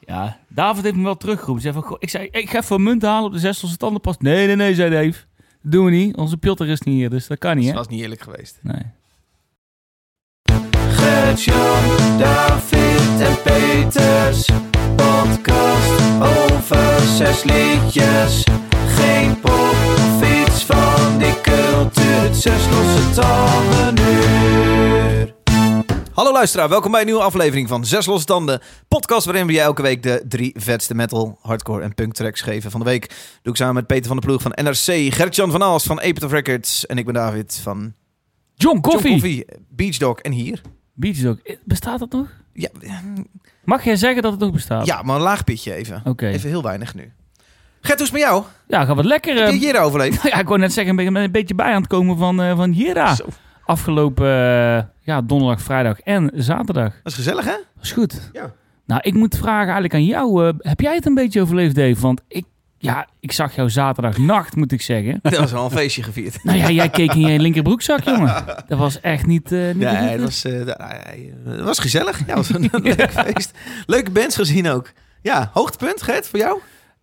Ja, David heeft me wel teruggeroepen. Zei van, "Goh," ik zei, ik ga even een munt halen op de zesde tandenpas. Nee, nee, nee, zei Dave. Dat doen we niet. Onze pilter is niet hier, dus dat kan niet, Dat hè? was niet eerlijk geweest. Nee. Gert-Jan, David en Peters. Podcast over zes liedjes. Geen pop of iets van die cultuur. Zes losse tanden uur. Hallo luisteraar, welkom bij een nieuwe aflevering van Zes Losse Tanden. Podcast waarin we jij elke week de drie vetste metal, hardcore en punk tracks geven van de week. Doe ik samen met Peter van der Ploeg van NRC, Gertjan van Aals van Ape of Records en ik ben David van John John Coffee. Coffee, Beach Dog en hier. Beach Dog. Eh, Bestaat dat nog? Ja, Mag jij zeggen dat het nog bestaat? ja maar een laag pitje even. Oké. Even heel weinig nu. Gert, hoe is het met jou? Ja, gaat wat lekker. Heb eh, je hier overleefd? ja, ik wou net zeggen, ik ben een beetje bij aan het komen van, eh van Jera. Zo, Afgelopen eh, ja, donderdag, vrijdag en zaterdag. Dat is gezellig hè? Dat is goed. Ja. Nou, ik moet vragen eigenlijk aan jou. eh, heb jij het een beetje overleefd, Dave? Want ik, ja, ik zag jou zaterdagnacht, moet ik zeggen. Dat was wel een feestje gevierd. Nou ja, jij keek in je linkerbroekzak, jongen. Dat was echt niet... eh niet Nee, niet- het was, eh, da- eh, het was gezellig. Ja, het was een leuk feest. Leuke bands gezien ook. Ja, hoogtepunt, Gert, voor jou?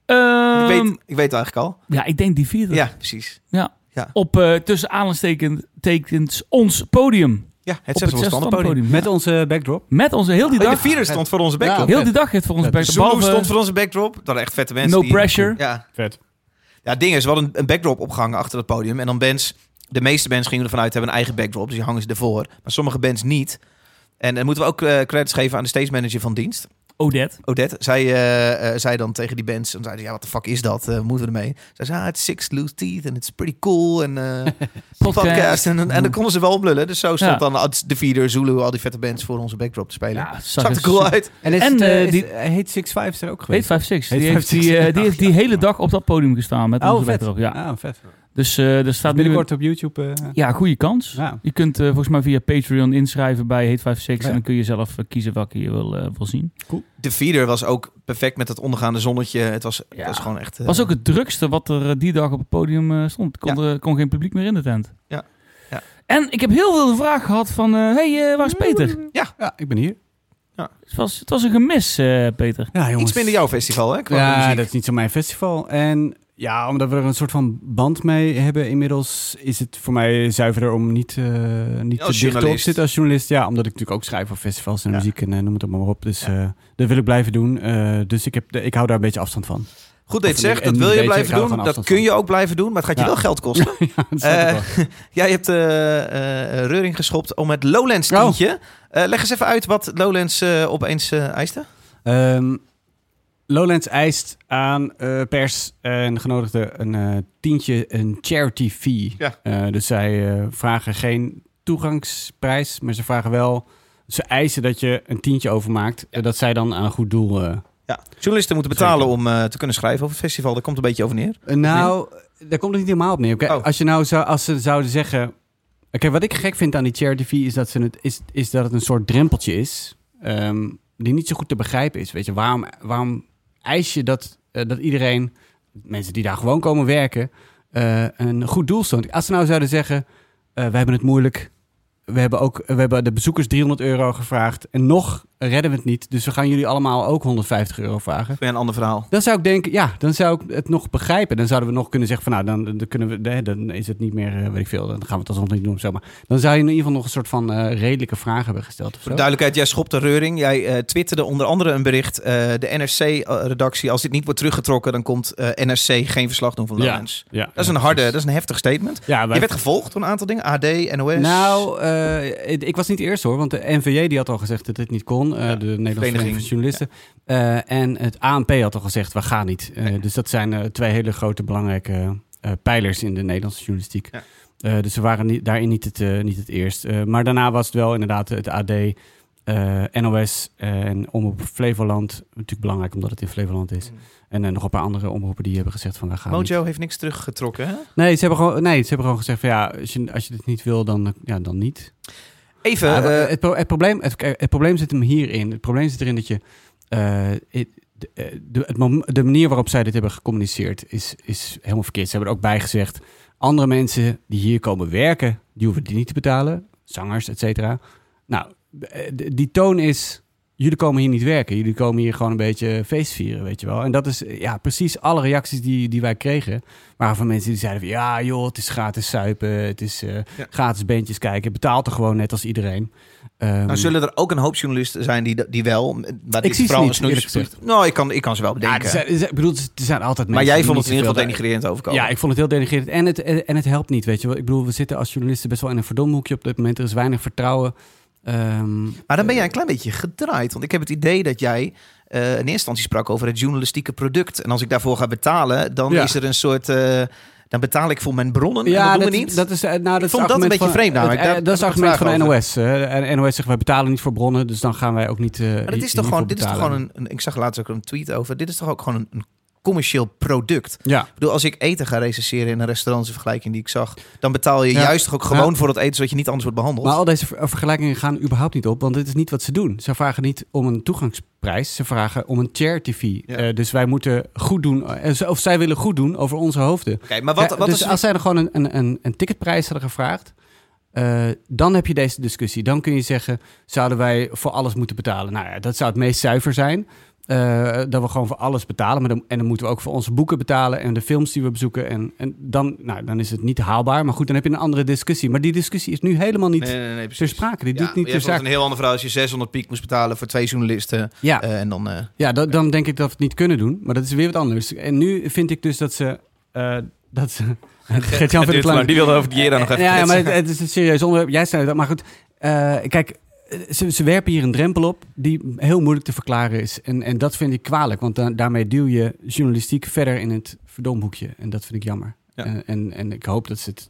Ehm, ik, weet, ik weet het eigenlijk al. Ja, ik denk die vierde. Ja, precies. Op eh tussen aanhalingstekens ons podium. Ja, Op het zes standaard podium. Met, Met onze backdrop. met onze heel die Alleen dag. Oh, de vierde stond voor onze backdrop. Ja, Heel die dag heeft voor ons Ja, bij Zulu stond voor onze backdrop. Dat waren echt vette mensen. No die- pressure. Ja. Vet. Ja, het ding is, we hadden een backdrop opgehangen achter het podium. En dan bands, de meeste bands gingen ervan uit, hebben een eigen backdrop. Dus die hangen ze ervoor. Maar sommige bands niet. En dan moeten we ook eh, credits geven aan de stage manager van dienst. Odette. Odette, zij eh, eh, zei dan tegen die bands, dan zei ze, ja, wat de fuck is dat? Eh, moeten we ermee? Zij zei, ah, it's six loose teeth en it's pretty cool en eh, Podcast. podcast. En, en dan konden ze wel blullen. Dus zo stond Ja. dan de vierde Zulu, al die vette bands voor onze backdrop te spelen. Ja, zag er er cool super- uit. En, is En, het, eh, eh, die, heet Six Five is er ook Weet geweest. 5 6 Heet Die heeft 5-6. die, eh, die, heeft die hele dag op dat podium gestaan met oh, onze vet. backdrop, Ja. Ah, vet. Dus eh er staat nu een- Binnenkort op YouTube. eh, ja, goede kans. ja. Je kunt eh, volgens mij via Patreon inschrijven bij Heet 56 Ja. en dan kun je zelf eh, kiezen welke je wil, eh, wil zien. De vierde was ook perfect met dat ondergaande zonnetje. Het was, Ja. het was gewoon echt... eh, was ook het drukste wat er eh, die dag op het podium eh, stond. Kon, er kon geen publiek meer in de tent. Ja. Ja. En ik heb heel veel de vraag gehad van, eh, hey, eh, waar is Peter? Ja, ik ben hier. Het was, het was een gemis, eh, Peter. Ja, jongens. iets minder jouw festival, hè? qua Ja, muziek. dat is niet zo mijn festival. En ja, omdat we er een soort van band mee hebben inmiddels, is het voor mij zuiverder om niet, eh, niet Als te dicht op te journalist. zitten als journalist. Ja, omdat ik natuurlijk ook schrijf voor festivals en Ja. muziek en eh, noem het allemaal maar op. Dus eh, dat wil ik blijven doen. Eh, dus ik, heb, de- ik hou daar een beetje afstand van. Goed dat je het zegt, Of een- dat een wil je beetje, ik blijven hou doen. van Dat afstand kun van. je ook blijven doen, maar het gaat je Ja. wel geld kosten. ja, dat snap ik Eh, wel. Jij hebt eh, eh, Reuring geschopt om het Lowlands Oh. tientje. Eh, leg eens even uit wat Lowlands eh, opeens eh, eiste. Ehm, Lowlands eist aan eh, pers en genodigden een eh, tientje, een charity fee. Ja. Eh, dus zij eh, vragen geen toegangsprijs, maar ze vragen wel... Ze eisen dat je een tientje overmaakt, eh, dat zij dan aan een goed doel... eh, Ja. Journalisten moeten betalen Zeker. om eh, te kunnen schrijven over het festival. Daar komt een beetje over neer. Eh, Nou, daar komt het niet helemaal op neer. Kijk, Oh. als, je nou zou, als ze zouden zeggen... Kijk, wat ik gek vind aan die charity fee is dat, ze het, is, is dat het een soort drempeltje is... ehm, die niet zo goed te begrijpen is. Weet je, waarom, waarom eis je dat, eh, dat iedereen... mensen die daar gewoon komen werken... eh, een goed doel stond? Als ze nou zouden zeggen... eh we hebben het moeilijk... We hebben, ook, we hebben de bezoekers 300 euro gevraagd... en nog redden we het niet... dus we gaan jullie allemaal ook 150 euro vragen... Weer een ander verhaal. Dan zou ik denken, ja, dan zou ik het nog begrijpen. Dan zouden we nog kunnen zeggen van, nou, dan, dan kunnen we, nee, dan is het niet meer, eh, weet ik veel, dan gaan we het alsnog niet doen, zeg maar. Dan zou je in ieder geval nog een soort van eh, redelijke vraag hebben gesteld of Voor zo. de duidelijkheid, jij schopte Reuring. Jij eh, twitterde onder andere een bericht. eh, de NRC-redactie, als dit niet wordt teruggetrokken... dan komt eh, NRC geen verslag doen van Ja. Lowlands. Ja, Dat is een harde, dat is een heftig statement. Ja, Je wij- werd gevolgd door een aantal dingen. AD, NOS, Nou, eh, ik ik was niet eerst hoor, want de NVJ die had al gezegd dat dit niet kon, eh, de Nederlandse Vereniging van Journalisten. Eh, en het ANP had al gezegd, we gaan niet. Eh, Dus dat zijn eh, twee hele grote belangrijke eh, pijlers in de Nederlandse journalistiek. Ja. Eh, dus ze waren niet, daarin niet het, eh, niet het eerst. Eh, maar daarna was het wel inderdaad het AD, eh, NOS eh, en Omroep Flevoland. Natuurlijk belangrijk omdat het in Flevoland is. En eh, nog een paar andere omroepen die hebben gezegd van, we gaan niet. Mojo heeft niks teruggetrokken, hè? Nee, ze hebben gewoon, nee, ze hebben gewoon gezegd van ja, als je, als je dit niet wil, dan, eh, ja, dan niet. Even, Ja, maar, eh, eh, het, pro- het, probleem, het, het probleem zit hem hierin. Het probleem zit erin dat je. eh, het- de, eh, de, het mom- de manier waarop zij dit hebben gecommuniceerd is, is helemaal verkeerd. Ze hebben er ook bij gezegd: andere mensen die hier komen werken, die hoeven die niet te betalen. Zangers, et cetera. Nou, eh, d- die toon is. jullie komen hier niet werken. Jullie komen hier gewoon een beetje feest vieren, weet je wel. En dat is eh, ja, precies alle reacties die, die wij kregen. Waren van mensen die zeiden van, ja joh, het is gratis suipen. Het is eh, Ja. gratis bandjes kijken. Betaalt er gewoon net als iedereen. Ehm, Nou zullen er ook een hoop journalisten zijn die, die wel... Maar zie ze vooral niet, eerlijk gezegd. Nou, ik kan, ik kan ze wel ja, bedenken. er zijn, er zijn- ik bedoel, er zijn altijd mensen maar jij die vond niet het in ieder geval zoveel- denigrerend overkomen. Ja, ik vond het heel denigrerend. En het, en, en het helpt niet, weet je wel. Ik bedoel, we zitten als journalisten best wel in een verdomhoekje op dit moment. Er is weinig vertrouwen. Ehm, Maar dan ben jij een klein beetje gedraaid. Want ik heb het idee dat jij eh, in eerste instantie sprak over het journalistieke product. En als ik daarvoor ga betalen, dan Ja. is er een soort... eh, dan betaal ik voor mijn bronnen en dat doen dat, we niet. Dat is, eh, nou, dat is vond het dat een argument beetje van- vreemd namelijk. het, eh, Daar dat is het heb ik een argument van de vraag NOS. eh. En NOS zegt, wij betalen niet voor bronnen, dus dan gaan wij ook niet eh, maar dit is hier- toch gewoon, hiervoor dit is toch gewoon betalen. een, een- Ik zag laatst ook een tweet over. Dit is toch ook gewoon een, een commercieel product. Ja, Ik bedoel, als ik eten ga recenseren in een restaurant, is een vergelijking die ik zag, dan betaal je Ja. juist toch ook Ja. gewoon voor dat eten, zodat je niet anders wordt behandeld. maar al deze ver- vergelijkingen gaan überhaupt niet op, want dit is niet wat ze doen. Ze vragen niet om een toegangsprijs, ze vragen om een charity fee. Ja. Eh, dus wij moeten goed doen, eh, ze- of zij willen goed doen over onze hoofden. Oké, maar wat, Ja, wat dus is als zij er gewoon een, een, een, een ticketprijs hadden gevraagd, eh, dan heb je deze discussie. Dan kun je zeggen, zouden wij voor alles moeten betalen? Nou ja, dat zou het meest zuiver zijn. eh, dat we gewoon voor alles betalen. Maar dan, en dan moeten we ook voor onze boeken betalen en de films die we bezoeken. En, en dan, nou, dan is het niet haalbaar. Maar goed, dan heb je een andere discussie. Maar die discussie is nu helemaal niet Nee, nee, nee, ter precies. sprake. Die Ja, doet niet maar jij ter vond het zake. een heel ander verhaal als je 600 piek moest betalen voor twee journalisten. Ja, eh, en dan, eh, Ja, da- dan denk ik dat we het niet kunnen doen. Maar dat is weer wat anders. En nu vind ik dus dat ze... eh, dat ze Gert-Jan vindt het lang. die wilde over Jera nog even Ja, ja, maar kletsen. het, het is een serieus onderwerp. Jij zei dat, maar goed. eh, kijk, eh, ze, ze werpen hier een drempel op die heel moeilijk te verklaren is. En, en dat vind ik kwalijk, want da- daarmee duw je journalistiek verder in het verdomhoekje. En dat vind ik jammer. Ja. En, en, en ik hoop dat ze het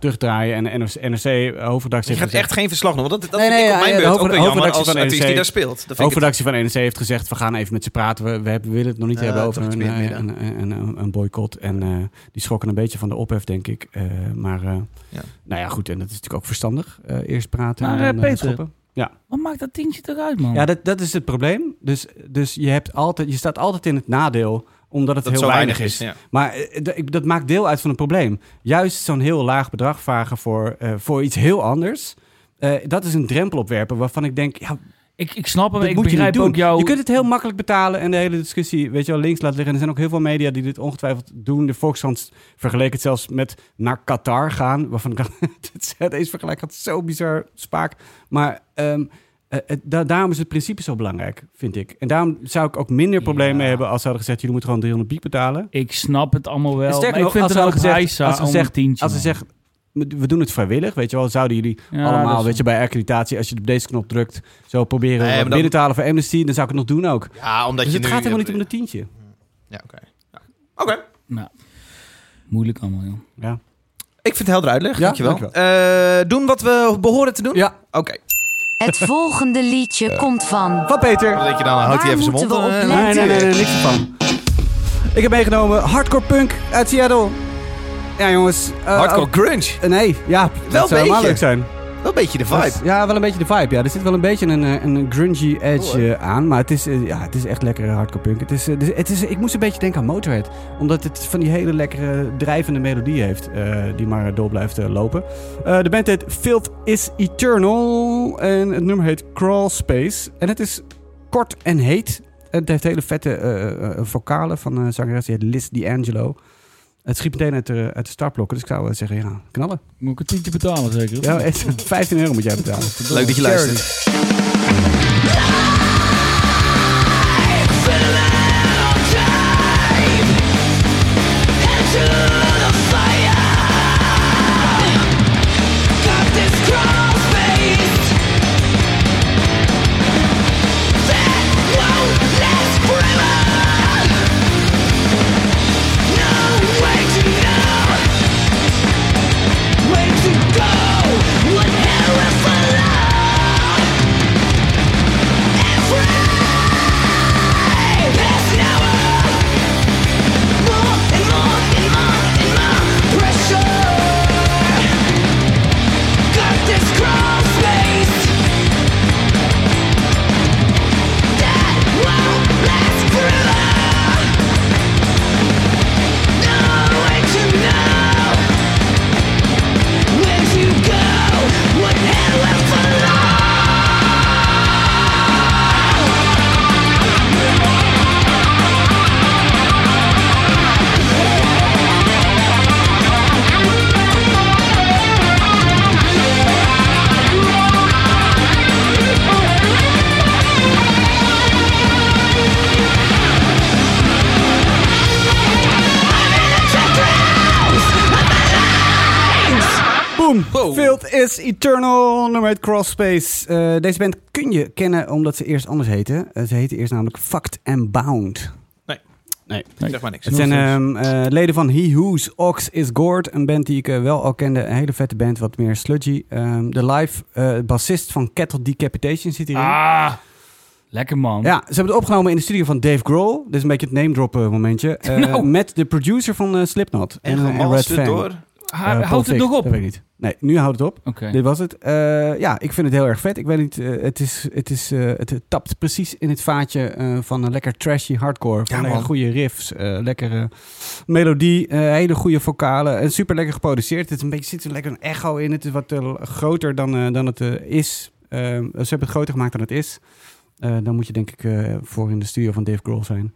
terugdraaien. En NRC, NRC hoofdredactie... Je heeft gaat gezegd- echt geen verslag noemen. Want dat, dat Nee, vind nee, ik op ja, mijn ja, de beurt ook hoofd- wel jammer hoofdredactie als een van artiest NRC die daar speelt. Dat vind ik het- Hoofdredactie van NRC heeft gezegd: we gaan even met ze praten. We, we, hebben- we willen het nog niet Ja, hebben toch over iets een, meer eh, midden. een, een, een, een boycott. En eh, die schrokken een beetje van de ophef, denk ik. Eh, maar eh, Ja. nou ja, goed. En dat is natuurlijk ook verstandig. Eh, eerst praten Maar, en dan eh, eh, Peter. schoppen. Wat maakt dat tientje toch uit, man? Ja, dat, dat is het probleem. Dus, dus je, hebt altijd, je staat altijd in het nadeel omdat het dat het heel zo weinig is. Ja. Maar eh, d- ik- dat maakt deel uit van het probleem. Juist zo'n heel laag bedrag vragen voor, eh, voor iets heel anders. eh, dat is een drempel opwerpen waarvan ik denk, ja, Ik, ik snap hem, Dat ik moet je begrijp niet doen. ook jou. Je kunt het heel makkelijk betalen en de hele discussie, weet je wel, links laat liggen. Er zijn ook heel veel media die dit ongetwijfeld doen. De Volkskrant vergeleek het zelfs met naar Qatar gaan, waarvan ik dacht, dit- deze vergelijk had zo bizar spaak. Maar ehm, eh, het- da- daarom is het principe zo belangrijk, vind ik. En daarom zou ik ook minder problemen Ja. mee hebben als ze hadden gezegd, jullie moeten gewoon 300 piek betalen. Ik snap het allemaal wel. Sterker maar ik nog, vind als het ze wel hadden gezegd- grijs aan als ze om zegt- een tientje. Als ze man. zeggen, we doen het vrijwillig, weet je wel, zouden jullie Ja, dat allemaal, is- weet je, bij accreditatie, als je op deze knop drukt, zo proberen Nee, wat maar dan- binnen te halen voor Amnesty, dan zou ik het nog doen ook. Ja, omdat Dus je het nu- gaat helemaal niet om een tientje. Ja, oké. Ja. Oké. Moeilijk allemaal, joh. Ja. Ik vind het helder uitleg. Ja, dankjewel. Eh, doen wat we behoren te doen? ja. Oké. Het volgende liedje komt van. Van Peter. Wat denk je dan? Houdt hij Waar even zijn mond moeten we eh, op laat hij Nee, nee, nee, weer. nee, niks ervan. Ik heb meegenomen hardcore punk uit Seattle. Ja, jongens. eh, Hardcore grunge. ook- eh, nee, ja. een dat zou helemaal beetje. leuk zijn. Wel een beetje de Dat vibe. is- Ja, wel een beetje de vibe. Ja, er zit wel een beetje een, eh, een grungy edge Cool, eh, aan. Maar het is, eh, ja, het is echt lekkere hardcore punk. Het is, eh, dus- het is, ik moest een beetje denken aan Motorhead. Omdat het van die hele lekkere drijvende melodie heeft. eh, die maar eh, door blijft eh, lopen. Eh, de band heet Filth is Eternal. En het nummer heet Crawl Space. En het is kort en heet. Het heeft hele vette eh, eh, vocalen van eh zangeres. Die heet Liz D'Angelo. Het schiet meteen uit de, uit de startblokken. Dus ik zou eh, zeggen, ja, knallen. Moet ik een tientje betalen, zeker? Ja, 15 euro moet jij betalen. Leuk dat je Charity. luistert. Way to go! What hell is alive? Boom! Wow. Field is Eternal, nummer uit Crosspace. Eh, deze band kun je kennen omdat ze eerst anders heten. Eh, ze heten eerst namelijk Fucked and Bound. Zeg maar niks. Het zijn ehm, eh, leden van He Who's Ox Is Gourd. Een band die ik eh, wel al kende. Een hele vette band, wat meer sludgy. Ehm, de live eh, bassist van Cattle Decapitation zit hierin. Ah, lekker man. Ja, ze hebben het opgenomen in de studio van Dave Grohl. Dit is een beetje het name drop eh, momentje. Eh, Nou. Met de producer van eh, Slipknot. En eh, gemasterd Fang. door... Ha- Eh, Paul Houdt het Fick, nog op? Dat weet ik niet. Nee, nu houdt het op. Oké. Dit was het. Eh, ja, ik vind het heel erg vet. Ik weet niet, eh, het, is, het, is, eh, het eh, tapt precies in het vaatje eh, van een lekker trashy hardcore. Van Ja, lekker man. goede riffs, eh, lekkere melodie, eh, hele goede vocalen. en super lekker geproduceerd. Het is een beetje, zit er lekker een echo in. Het is wat eh, groter dan, eh, dan het eh, is. Eh, ze hebben het groter gemaakt dan het is. Eh, dan moet je denk ik eh, voor in de studio van Dave Grohl zijn.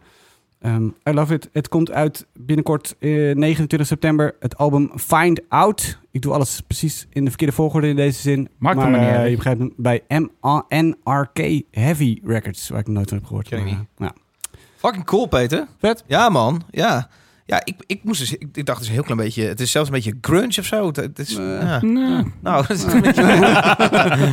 Ehm, I love it. Het komt uit binnenkort eh, 29 september. Het album Find Out. Ik doe alles precies in de verkeerde volgorde in deze zin. Maakt me maar maar niet eh, uit. je begrijpt hem bij M-A-N-R-K Heavy Records, waar ik nog nooit van heb gehoord. Ken ik Maar, niet. eh, nou, Fucking cool, Peter. Vet. Ja, man. Ja. Ja, ik, ik, moest dus, ik, ik dacht dus een heel klein beetje... Het is zelfs een beetje grunge of zo. Het, het is, Eh. ja. Nee. Nou, het is een beetje,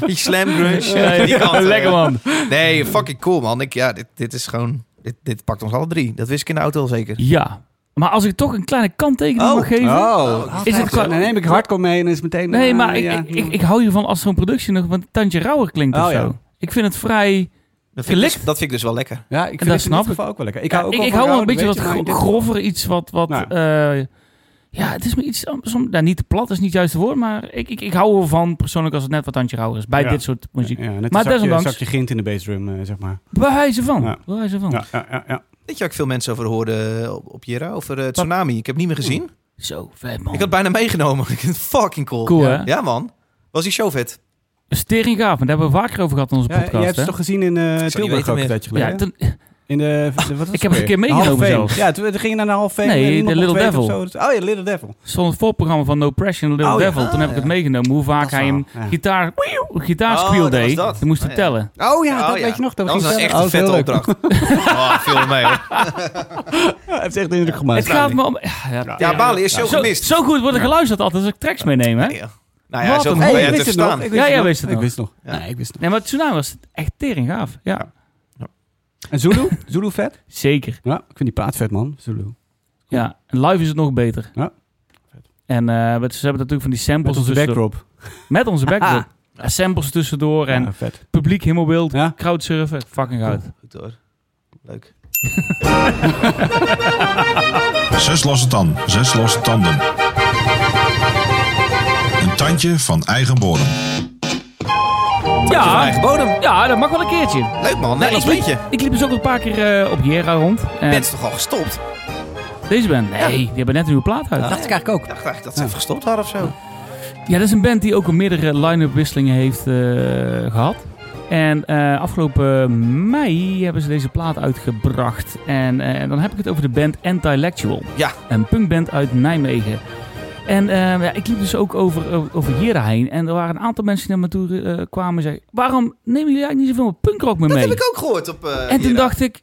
beetje slam grunge. Ja, die kant, eh. lekker man. Nee, fucking cool, man. Ik, ja, dit, dit is gewoon... Dit, dit pakt ons alle drie. Dat wist ik in de auto al zeker. Ja. Maar als ik toch een kleine kanttekening mag geven... Oh, Is het dan neem ik hardcore mee en is meteen... Nee, eh, maar ik, ja. ik, ik, ik hou hiervan als zo'n productie nog een tandje rauwer klinkt Oh, of ja. zo. Ik vind het vrij... Dat vind, ik dus, Gelikt. dat vind ik dus wel lekker. Ja, dat ik vind het in snap dit ik. geval ook wel lekker. Ik Ja, hou ook ik, wel ik van hou wel een gouden, beetje wat weet je, maar in gro- dit- grover iets. Wat, wat, Nou. eh, ja, het is me iets... am- Som, nou, niet te plat is niet het juiste woord, maar ik, ik, ik hou ervan persoonlijk als het net wat tandje rauwer is. Bij Ja. dit soort muziek. Ja, net Maar een zakje, desondanks- zakje grind in de bassdrum, eh, zeg maar. Bewijzen van. Ja. Bewijzen van. Ja, ja, ja. ja. Weet je waar ik veel mensen over hoorde op, op Jera? Over eh, tsunami. Ik heb het niet meer gezien. Zo, vet man. Ik had bijna meegenomen. Ik vind het fucking cool. Cool, Ja. hè? Ja, man. Was die show vet? Stering gaaf, maar daar hebben we vaker over gehad in onze Ja, podcast. jij hebt hè? ze toch gezien in eh, niet Tilburg weten ook meer. een tijdje geleden? ja, toen- In de, de- wat was het heb ook een keer weer? meegenomen Hall of Fame. zelfs. Ja, toen, toen ging je naar de Half Fame. Nee, en de iemand Little nog tweede of Devil. zo. Oh ja, Little Devil. stond het voorprogramma van No Pressure en Little Oh, ja. Devil. Toen heb ik Ah, het ja. meegenomen hoe vaak Dat hij hem verhaal, ja. gitaar, Oh, gitaarspiel dat was deed. dat. Je moest het Ah, ja. tellen. Oh ja, Oh, dat ja. weet je nog. Dat, Dat was ging een echt verder. een vette Oh, dat was heel leuk. opdracht. Oh, veel mee, hoor. Ja, heeft echt indruk gemaakt. Het gaat me om... Ja, ja. Ja, Bali is zo Zo, gemist. zo goed wordt er geluisterd altijd als ik tracks meeneem, hè? Ja. Nou ja, Wat zo een- goed Hey, ben Hey, je ik te wist het nog. verstaan. Ik Ja, het jij nog. wist het Ik nog. wist het nog. Ja. Nee, ik wist het nog. Nee, maar Tsunami was echt tering gaaf. Ja, Ja. En Zulu? Zulu vet? zeker. Ja, ik vind die plaat vet, man. Zulu. Ja, en live is het nog beter. Ja. En eh, ze hebben natuurlijk van die Met samples onze tussendoor. backdrop. Met onze backdrop. Ja, Samples tussendoor en Ja, vet. publiek helemaal wild. Ja? Crowdsurfen, fucking goud. Goed hoor. Leuk. Zes losse tanden, zes losse tanden. Een tandje van eigen bodem. Van Ja, eigen bodem. ja, dat mag wel een keertje. Leuk man, Ah. Nee, Nederlands ik, liep, beetje. ik liep dus ook een paar keer eh, op Jera rond. En Bent is toch al gestopt? Deze band, nee, die hebben net een nieuwe plaat uit. Dacht ik eigenlijk Ik ook. dacht eigenlijk dat ze even gestopt hadden of zo. Ja, dat is een band die ook al meerdere line-up wisselingen heeft eh, gehad. En eh, afgelopen mei hebben ze deze plaat uitgebracht. En eh, dan heb ik het over de band Antilectual. Ja. Een punkband uit Nijmegen. En eh, ja, ik liep dus ook over, over Jera heen. En er waren een aantal mensen die naar me toe eh, kwamen en zeiden... Waarom nemen jullie eigenlijk niet zoveel punkrock meer Dat mee? heb ik ook gehoord op. eh, En toen Jera. dacht ik,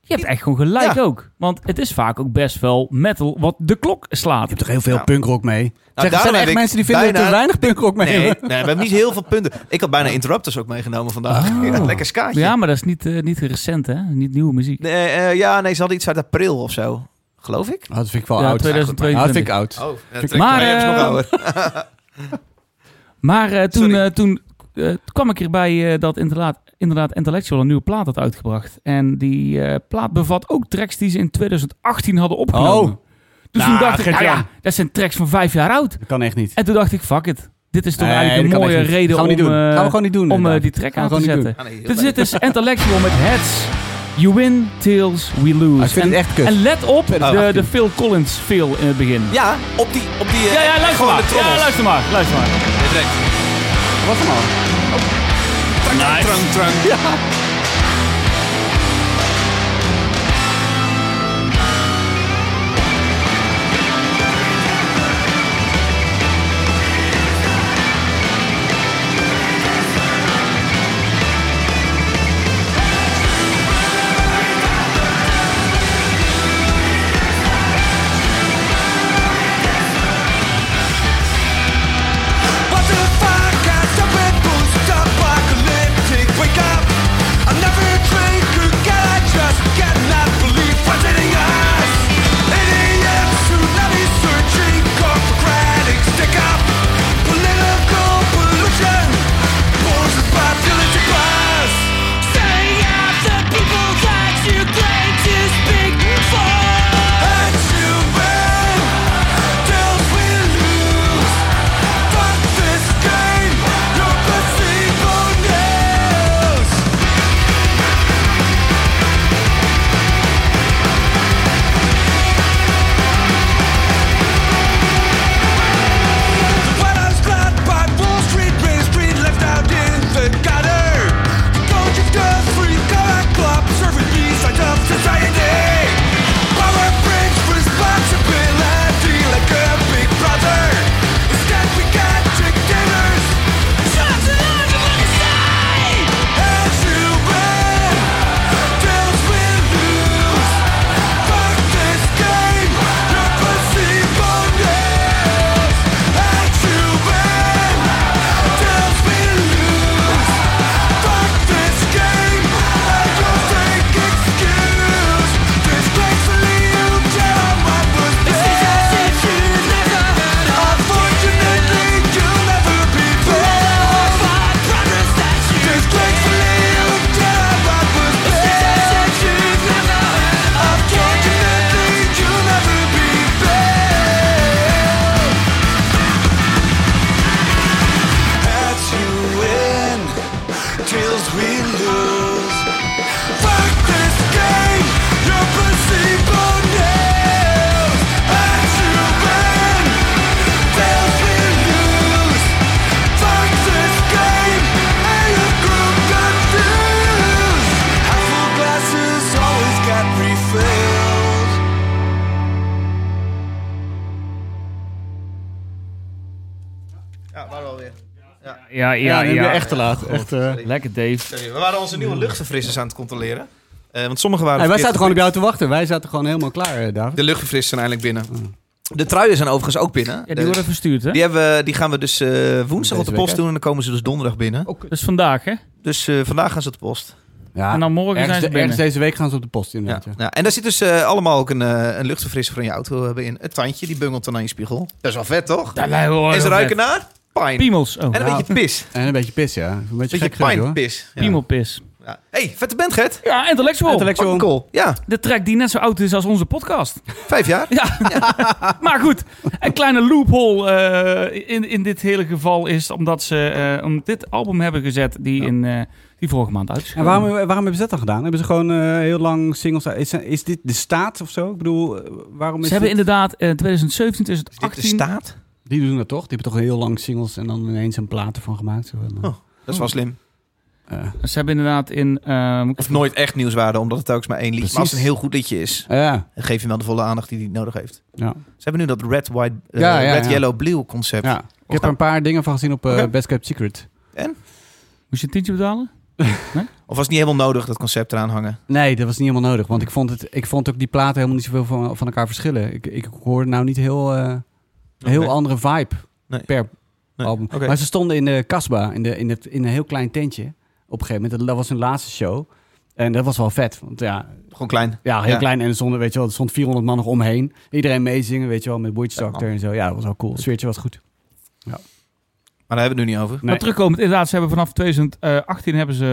je hebt echt gewoon gelijk Ja. ook. Want het is vaak ook best wel metal wat de klok slaat. Je hebt toch heel veel Ja. punkrock mee? Zeg, er daarom zijn heb echt ik mensen die vinden dat er te bijna- weinig punkrock mee. Nee, nee, hebben. we hebben niet heel veel punten. Ik had bijna Interrupters ook meegenomen vandaag. Oh. Ja, lekker skaatje. Ja, maar dat is niet, eh, niet recent hè, niet nieuwe muziek. Nee, eh, ja, nee, ze hadden iets uit april of zo. Geloof ik. Oh, Dat vind ik wel Ja, oud. 2022. Ja, dat vind ik oud. Oh, Maar, mij even eh, nog ouder. Maar eh, toen, Sorry. eh, toen eh, kwam ik erbij eh, dat inderdaad, inderdaad Intellectual een nieuwe plaat had uitgebracht. En die eh, plaat bevat ook tracks die ze in 2018 hadden opgenomen. Oh. Dus Nou, toen dacht ik, gek nou ja, dan. dat zijn tracks van vijf jaar oud. Dat kan echt niet. En toen dacht ik, fuck it. Dit is toch Nee, eigenlijk een dat kan mooie echt niet. reden Gaan om, we niet doen. eh, Gaan we gewoon niet doen. om eh, inderdaad. die track Gaan aan we te gewoon niet zetten. Ah, nee, heel Dus leuk. dit is Intellectual met Heads. You win, Tails, we lose. Ah, ik vind en, het echt kut. en let op de, 2018. de Phil Collins feel in het begin. Ja, op die. Op die eh, ja, ja, luister gewoon maar. de Ja, trommels. luister maar. Luister maar. Direct. Wat dan al? Trang, trang, trang. Ja, Ja, ja, dan ja. ben je echt te laat. Echt, eh. Lekker, Dave. Sorry, we waren onze nieuwe luchtverfrissers aan het controleren. Eh, want sommige waren. Hey, wij verkeerd zaten gewoon op jou te wachten. Wij zaten gewoon helemaal klaar, eh, David. De luchtverfrissers zijn eindelijk binnen. Mm. De truien zijn overigens ook binnen. Ja, die De- worden verstuurd, hè? die, hebben, we- die gaan we dus eh, woensdag op Deze de week, post hè? Oh. doen. En dan komen ze dus donderdag binnen. Dus vandaag, hè? Dus eh, vandaag gaan ze op de post. Ja, En dan morgen ergens, zijn ze de- ergens binnen. deze week gaan ze op de post Ja. inderdaad. Ja. Ja. En daar zit dus eh, allemaal ook een, eh, een luchtverfrisser voor in je auto hebben in. Het tandje, die bungelt dan aan je spiegel. Dat is wel vet, toch? Daar lijken we wel en ze heel ruiken vet. naar pijn. Piemels. Oh, En een Nou. beetje pis. En een beetje pis, ja. Een beetje Een beetje gek geweest, hoor. pijnpis. Ja. piemelpis. Ja. hey, vette band, Gert. Ja, intellectual. Intellectual. Fucking cool. Ja, De track die net zo oud is als onze podcast. vijf jaar. Ja, maar goed. Een kleine loophole eh, in, in dit hele geval is omdat ze eh, om dit album hebben gezet die, in, eh, die vorige maand uit. is. En waarom, eh, waarom hebben ze dat dan gedaan? Hebben ze gewoon eh, heel lang singles... Is, is dit de staat of zo? Ik bedoel, eh, waarom is Ze hebben dit- inderdaad eh 2017, Is dit de 2018... staat? Die doen dat toch? Die hebben toch heel lang singles en dan ineens een plaat ervan gemaakt. Zo. En, eh, Oh. Dat is wel slim. eh, Ze hebben inderdaad in... ehm, Of nooit echt nieuwswaarde, omdat het telkens maar één lied is. Maar als Precies. het een heel goed liedje is, ja, dan geef je hem wel de volle aandacht die hij nodig heeft. ja, Ze hebben nu dat red, white, eh, Ja, ja, red ja. yellow, blue concept. ja. Ik heb er een paar dingen van gezien op eh, Oké. Best Kept Secret. moest je een tientje betalen? Of was het niet helemaal nodig, dat concept eraan hangen? Nee, dat was niet helemaal nodig. Want ik vond, het, ik vond ook die platen helemaal niet zoveel van, van elkaar verschillen. Ik, ik hoorde nou niet heel, eh, een heel Oké. andere vibe Nee. per Nee. album. Oké. Maar ze stonden in de Casbah, in, de, in, het, in een heel klein tentje. Op een gegeven moment, dat, dat was hun laatste show. En dat was wel vet, want ja, Gewoon klein. ja heel Ja. klein en er stonden, weet je wel, er stond 400 man nog omheen. Iedereen meezingen, weet je wel, met boertjes Ja, achter en zo. Ja, dat was wel cool. Het sfeertje was goed. Maar daar hebben we het nu niet over. Nee. Maar terugkomend, inderdaad, ze hebben vanaf 2018 hebben ze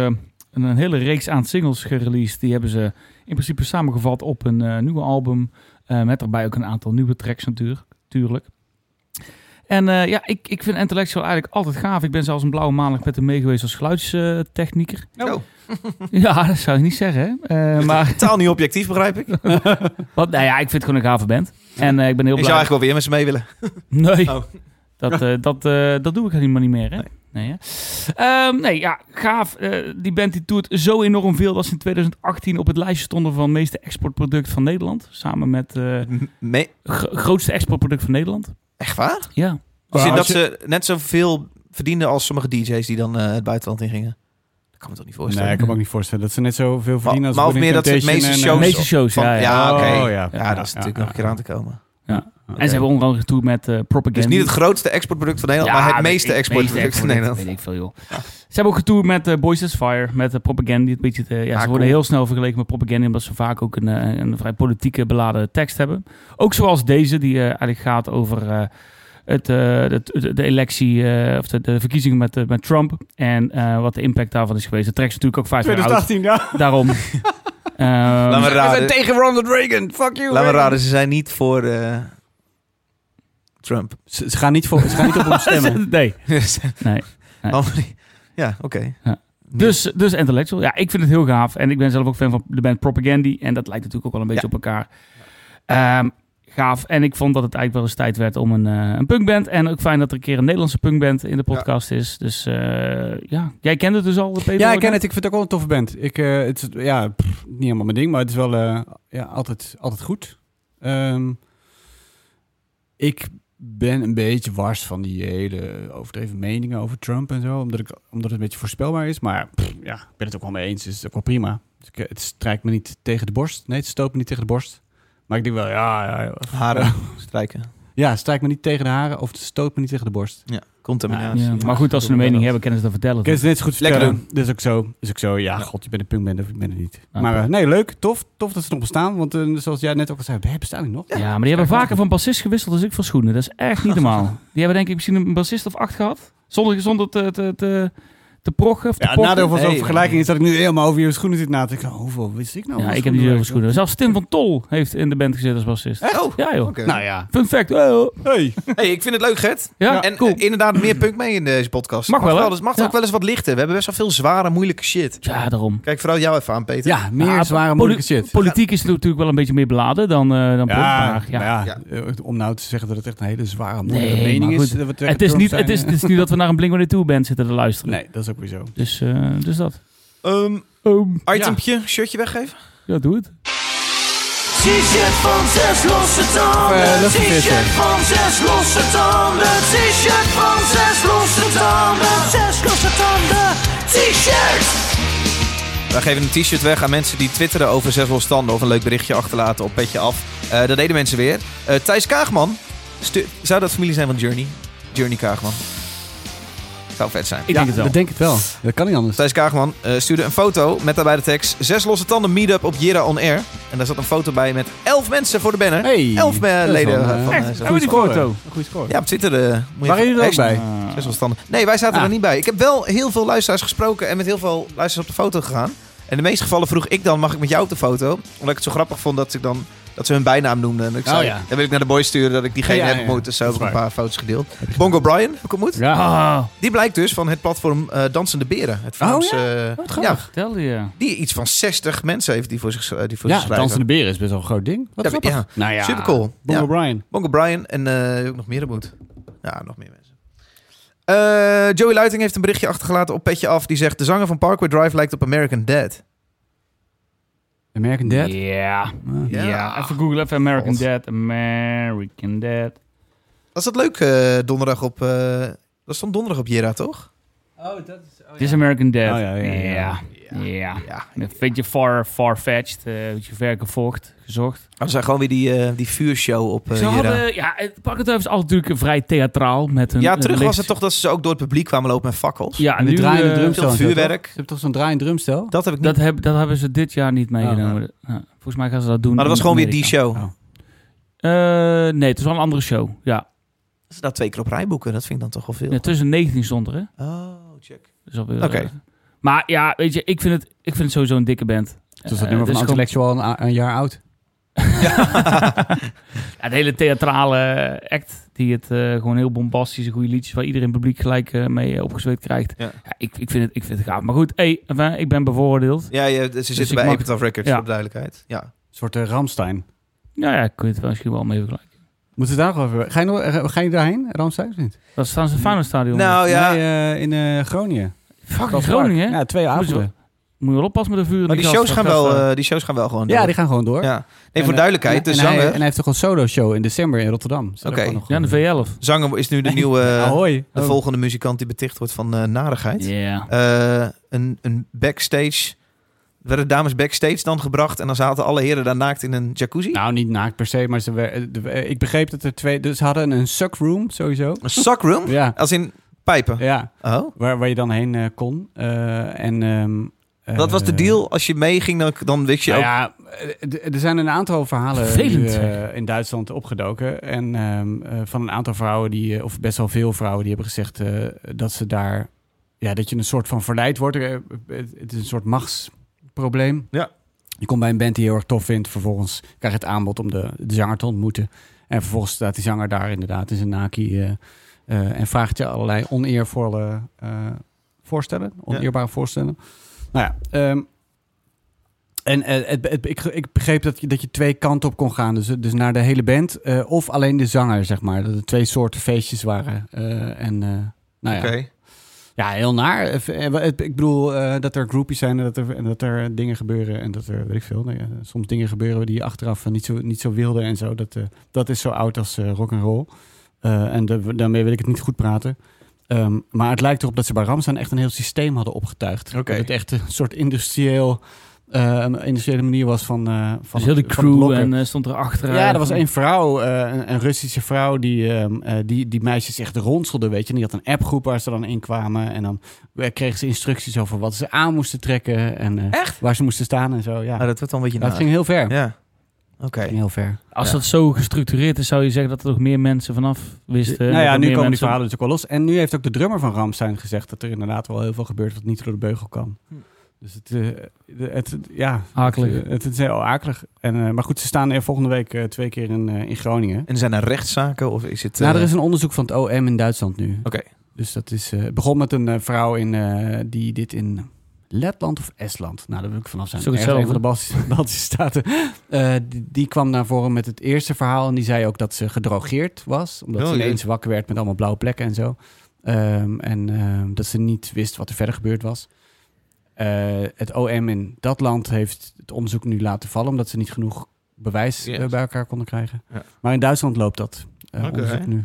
een, een hele reeks aan singles gereleased. Die hebben ze in principe samengevat op een eh, nieuwe album. eh, met daarbij ook een aantal nieuwe tracks natuur- natuurlijk. En eh, ja, ik, ik vind Intellectual eigenlijk altijd gaaf. Ik ben zelfs een blauwe maandag met hem meegeweest als geluidstechnieker. Oh. Ja, dat zou je niet zeggen, hè? Eh, maar Taal niet objectief, begrijp ik. Ik wat, nou ja, ik vind het gewoon een gave band. En eh, ik ben heel zou blij. eigenlijk wel weer met ze mee willen. Nee. Oh. Dat, eh, dat, eh, dat doe ik helemaal niet meer, hè? Nee. hè? Ehm, nee, ja, gaaf. Eh, die band die toert zo enorm veel dat ze in 2018 op het lijstje stonden van meeste exportproduct van Nederland. Samen met eh M- mee- gro- grootste exportproduct van Nederland. Echt waar? Ja. Als in als dat ze net zoveel verdienden als sommige DJ's die dan eh, het buitenland ingingen. Dat kan me toch niet voorstellen. Nee, ik kan me ook niet voorstellen dat ze net zoveel verdienen als maar of Within meer dat ze het Temptation meeste en, eh, De shows- meeste shows, Oh, Van- ja. ja. ja, oké. Oh, ja. Ja, dat is natuurlijk nog een keer aan te komen. En ze hebben onlangs getoerd met eh Propaganda. Dus niet het grootste exportproduct van Nederland, maar het weet meeste ik, exportproduct meeste van exportproduct, Nederland. Weet ik veel, joh. Ze hebben ook getoerd met eh, Boys is Fire, met eh, Propaganda. die Een beetje te- ja, ze Ah, worden cool. heel snel vergeleken met Propaganda, omdat ze vaak ook een, eh, een vrij politieke beladen tekst hebben. Ook zoals deze, die eh, eigenlijk gaat over eh, het, eh, het- het- de electie, eh, of de, de verkiezingen met, eh, met Trump. En eh, wat de impact daarvan is geweest. De track is natuurlijk ook vijf jaar oud, 2018, ja. daarom. Ehm, Laat me raden. tegen Ronald Reagan. Fuck you. Laat me raden, ze zijn niet voor eh, Trump. Ze, ze gaan niet voor, ze gaan niet op hem stemmen. nee. Nee. Allemaal niet. ja, oké. Ja. Dus, dus intellectual. Ja, ik vind het heel gaaf. En ik ben zelf ook fan van de band Propagandy. En dat lijkt natuurlijk ook wel een beetje op elkaar. Ehm, gaaf. En ik vond dat het eigenlijk wel eens tijd werd om een, eh, een punkband. En ook fijn dat er een keer een Nederlandse punkband in de podcast is. Dus eh, ja, jij kent het dus al, Peter? Ja, ik ken het. Ik vind het ook wel een toffe band. Ik, eh, het, is- ja, pff, niet helemaal mijn ding, maar het is wel eh, ja, altijd, altijd goed. Ehm, ik ben een beetje wars van die hele overdreven meningen over Trump en zo. Omdat, ik, omdat het een beetje voorspelbaar is. Maar pff, ja, ik ben het ook wel mee eens. Dus het is ook wel prima. Dus ik, eh, het strijkt me niet tegen de borst. Nee, het stoot me niet tegen de borst. Maar ik denk wel, ja, ja, Haren strijken. ja, het strijkt me niet tegen de haren of het stoot me niet tegen de borst. Ja, contaminatie. Ja, maar goed, als ze een mening hebben, kunnen ze dat vertellen. Kun je het net zo goed Lekker vertellen. Dat is ook zo. Is ook zo. Ja, god, je bent een punkband of ik ben het niet. Ah, maar eh, top. nee, leuk. Tof. Tof dat ze nog bestaan. Want eh, zoals jij net ook al zei, hè, bestaan die nog? Ja, maar die hebben vaker van bassist gewisseld als ik van schoenen. Dat is echt niet normaal. Die hebben denk ik misschien een bassist of acht gehad. Zonder, zonder te, te, te, te prochen of te Ja, het pochen. nadeel van zo'n Nee, vergelijking is dat ik nu helemaal over je schoenen zit na te denken. Hoeveel wist ik nou? Ja, van ik heb niet zoveel werken? schoenen. Zelfs Tim van Tol heeft in de band gezeten als bassist. Oh, Ja joh. oké. Nou ja. Fun fact. Oh. Hey. Hey, ik vind het leuk, Gert. Ja, en cool. eh, inderdaad, meer punk mee in deze podcast. Mag wel, hè? dus mag Ja. ook wel eens wat lichter. We hebben best wel veel zware, moeilijke shit. ja, daarom. Kijk vooral jou even aan, Peter. Ja, meer Ja, zware poli- moeilijke shit. Politiek is natuurlijk wel een beetje meer beladen dan, eh dan pop, Ja, maar ja. ja. ja, eh, om nou te zeggen dat het echt een hele zware moeilijke Nee, mening maar is. goed. dat we tegen Het is, Trump niet, zijn, het, is, eh. het is niet dat we naar een Blink-182 band zitten te luisteren. Nee, dat is ook weer zo. Dus, eh, dus dat. Ehm, Ehm, itempje, shirtje weggeven? ja, doe het. T-shirt van zes losse tanden. Eh, Lucky T-shirt Fitter. van zes losse tanden. T-shirt van zes losse tanden. Zes losse tanden. T-shirt. Wij geven een t-shirt weg aan mensen die twitteren over zes losse tanden of een leuk berichtje achterlaten op petje af. Eh, dat deden mensen weer. Eh, Thijs Kaagman. Stu- Zou dat familie zijn van Journey? Journey Kaagman. Zou vet zijn. Ik denk het wel. Ik denk het wel. Dat kan niet anders. Thijs Kaagman eh, stuurde een foto met daarbij de tekst... Zes losse tanden meetup op Jira On Air. En daar zat een foto bij met elf mensen voor de banner. Hey, Elf eh, dat is leden wel, eh, eh, van... eh, Echt, zo. goede foto. Een goede score. ja, op Twitter. eh, moet je Waren jullie er ook hashtag bij? Ah. Zes losse tanden. Nee, wij zaten Ah. er niet bij. Ik heb wel heel veel luisteraars gesproken en met heel veel luisteraars op de foto gegaan. En in de meeste gevallen vroeg ik dan, mag ik met jou op de foto? Omdat ik het zo grappig vond dat, ik dan, dat ze hun bijnaam noemden. En ik zei, Oh, ja. dan wil ik naar de boys sturen dat ik diegene Ja, ja, heb ja. ontmoet. Dus zo Dat heb is ik een waar. paar foto's gedeeld. Bongo Brian heb ik ontmoet. Ja. Ah, Die blijkt dus van het platform eh, Dansende Beren. Het Oh, ja? Vlaamse, eh, wat ja, grappig. Vertel je. die iets van 60 mensen heeft die voor zich, eh, die voor zich Ja, schrijven. Dansende Beren is best wel een groot ding. Wat Ja, grappig. ja. Nou ja. Supercool. Bongo Ja. Brian. Bongo Brian en eh, ook nog meer moet. Ja, nog meer mensen. Eh, Joey Luiting heeft een berichtje achtergelaten op Petje Af. Die zegt, de zanger van Parkway Drive lijkt op American Dad. American Dad. Ja. Ja. Ja. Even googlen, even American God. Dad. American Dad. Was dat leuk eh, donderdag op... eh, dat stond donderdag op Jera, toch? Oh, dat is... Dit is American Dad. Oh, ja, ja, ja. Ja. Ja. Ja. Een beetje far, far-fetched. eh, Een beetje ver gevocht, gezocht. Dat zijn gewoon weer die, eh, die vuurshow op eh Ze Jera. hadden, ja, het Pak het Even is altijd natuurlijk vrij theatraal met hun Ja, hun terug was licht. het toch dat ze ook door het publiek kwamen lopen met fakkels? Ja, En die nu, draaiende eh, drumstel. veel en zo, toch? vuurwerk. Ze hebben toch zo'n draaiend drumstel? Dat heb ik niet. Dat, heb, dat hebben ze dit jaar niet meegenomen. Ah, Ja, volgens mij gaan ze dat doen. maar dat in was gewoon weer die Amerika. show. Oh. Eh, nee, het is wel een andere show. Ja, Als ze dat twee keer op rij boeken, dat vind ik dan toch wel veel. ja tussen 19 stond er, hè. Oh, check. Dus alweer, Oké. eh, maar ja, weet je, ik vind het, ik vind het sowieso een dikke band. Dus dat Eh, nummer het van is gewoon- Intellectual een, een jaar oud. Ja, de hele theatrale eh, act die het eh, gewoon heel bombastisch, goede liedjes waar iedereen publiek gelijk eh, mee eh, opgezweet krijgt. Ja. ik, ik, vind het, ik vind het gaaf. Maar goed, hey, enfin, ik ben bevooroordeeld. Ja, ja, ze Dus ik zitten bij mag- Epitaph Records, Ja. voor de duidelijkheid. Ja. Een soort eh, Ramstein. Nou ja, kun je het wel misschien wel mee vergelijken. Moeten we daar nog over... Ga je, nog- eh, ga je daarheen, Ramstein? Of niet? Dat staan ze in het Feyenoordstadion. Nou ja, Nee, eh, in eh, Groningen. Fucking Stadspark. Groningen, hè? Ja, twee Moeten avonden. Moet je wel oppassen met de vuur. maar die shows, gaan wel, eh, die shows gaan wel gewoon Ja, door. die gaan gewoon door. Ja. Nee, En, voor eh, duidelijkheid, en- de en hij- zanger... en hij heeft toch een solo-show in december in Rotterdam. Dus dat Oké. kan nog ja, de gewoon. V11. Zanger is nu de nieuwe, Ahoy. de Oh. volgende muzikant die beticht wordt van eh, narigheid. Ja. Eh, een, een backstage, er werden dames backstage dan gebracht en dan zaten alle heren daar naakt in een jacuzzi. Nou, niet naakt per se, maar ze, wer- de- eh, ik begreep dat er twee... Dus ze hadden een suckroom sowieso. Een suckroom, Ja, als in pijpen. ja Oh. waar, waar je dan heen eh, kon. Eh, en, ehm, eh, Dat was de deal, als je meeging dan, dan wist je Nou ook... ja, eh, d- er zijn een aantal verhalen nu, Vervelend, eh, zeg. in Duitsland opgedoken. En ehm, eh, van een aantal vrouwen, die, eh, of best wel veel vrouwen, die hebben gezegd eh, dat ze daar... Ja, dat je een soort van verleid wordt. Eh, Het het is een soort machtsprobleem. Ja. Je komt bij een band die je heel erg tof vindt. Vervolgens krijg je het aanbod om de, de zanger te ontmoeten. En vervolgens staat die zanger daar inderdaad in zijn naki. eh, eh, en vraagt je allerlei oneervolle eh, voorstellen. Oneerbare voorstellen. Nou ja, ehm, en eh, het, het- ik, ik begreep dat je, dat je twee kanten op kon gaan. Dus, dus naar de hele band eh, of alleen de zanger, zeg maar. Dat er twee soorten feestjes waren. Eh, en eh, nou ja, Oké. ja, heel naar. Eh, eh, het- Ik bedoel eh, dat er groepjes zijn en dat er, en dat er dingen gebeuren. En dat er, weet ik veel, nou ja, soms dingen gebeuren die je achteraf niet zo, niet zo wilde en zo. Dat, eh, dat is zo oud als rock rock'n'roll. Eh en da- daarmee wil ik het niet goed praten. Ehm, maar het lijkt erop dat ze bij Ramstein echt een heel systeem hadden opgetuigd. Oké. Dat het echt een soort industrieel, eh, een industriële manier was van... eh, van Dus heel de het- van het crew lokken. en eh, stond erachter. Ja, eh, er was van- één vrouw, eh, een, een Russische vrouw, die, ehm, eh, die die meisjes echt ronselde, weet je. En die had een appgroep waar ze dan in kwamen. En dan eh, kregen ze instructies over wat ze aan moesten trekken en eh, Echt? waar ze moesten staan en zo. Ja, Nou, dat wordt dan een beetje dat naar. ging heel ver. Ja. Oké. Ging heel ver. Als Ja. dat zo gestructureerd is, zou je zeggen dat er nog meer mensen vanaf wisten. eh, nou dat ja, er meer nu komen die mensen- verhalen natuurlijk wel los. En nu heeft ook de drummer van Ramstein gezegd dat er inderdaad wel heel veel gebeurt wat niet door de beugel kan. Hm. Dus het, eh, de- het, het- ja, Akelig. Het, het is heel akelig. En, eh, maar goed, ze staan er volgende week eh, twee keer in, eh, in Groningen. En zijn er rechtszaken of is het... Nou, eh, er is een onderzoek van het OM in Duitsland nu. Oké. Dus dat is. eh, het begon met een eh, vrouw in, eh, die dit in Letland of Estland. Nou, daar wil ik vanaf zijn. Is ook Ergens een van hetzelfde. de Baltische, Baltische staten. Eh, die, die kwam naar voren met het eerste verhaal. En die zei ook dat ze gedrogeerd was. Omdat Oh, ze jee. ineens wakker werd met allemaal blauwe plekken en zo. Ehm, en ehm, dat ze niet wist wat er verder gebeurd was. Eh, het OM in dat land heeft het onderzoek nu laten vallen. Omdat ze niet genoeg bewijs Yes. eh, bij elkaar konden krijgen. Ja. Maar in Duitsland loopt dat eh, Oké. onderzoek nu.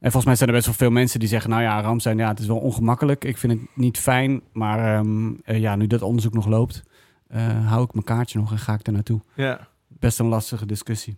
En volgens mij zijn er best wel veel mensen die zeggen... nou ja, Ramstein, ja, het is wel ongemakkelijk. Ik vind het niet fijn. Maar ehm, eh, ja, nu dat onderzoek nog loopt... eh, hou ik mijn kaartje nog en ga ik er naartoe. Ja, Best een lastige discussie.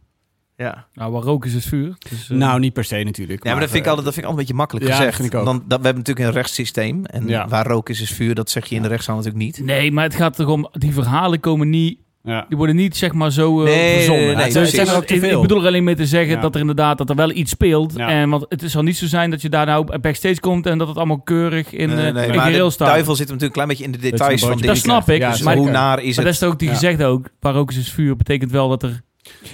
ja. Nou, waar rook is, is vuur. Dus, eh, nou, niet per se natuurlijk. Ja, maar dat vind, ik eh, altijd, dat vind ik altijd een beetje makkelijk Ja, dat gezegd. vind ik ook. Dan, dat, we hebben natuurlijk een rechtssysteem. En Ja. waar rook is, is vuur. Dat zeg je in de rechtszaal natuurlijk niet. Nee, maar het gaat erom, die verhalen komen niet, Ja. die worden niet zeg maar zo eh, Nee, nee, verzonnen. nee, nee, Het is- precies. het is- Ook te ik, ik veel. bedoel er alleen mee te zeggen Ja. dat er inderdaad dat er wel iets speelt. Ja. En, want het zal niet zo zijn dat je daar nou backstage komt en dat het allemaal keurig in, Nee, nee, eh nee, in maar de gereel staat. duivel zit hem natuurlijk een klein beetje in de details een van broodje- dit. Dat snap ik. Ja, dus- maar maar hoe zeker. naar is maar het? dat is ook die Ja. gezegde ook. Waar rook is, is vuur. Betekent wel dat er...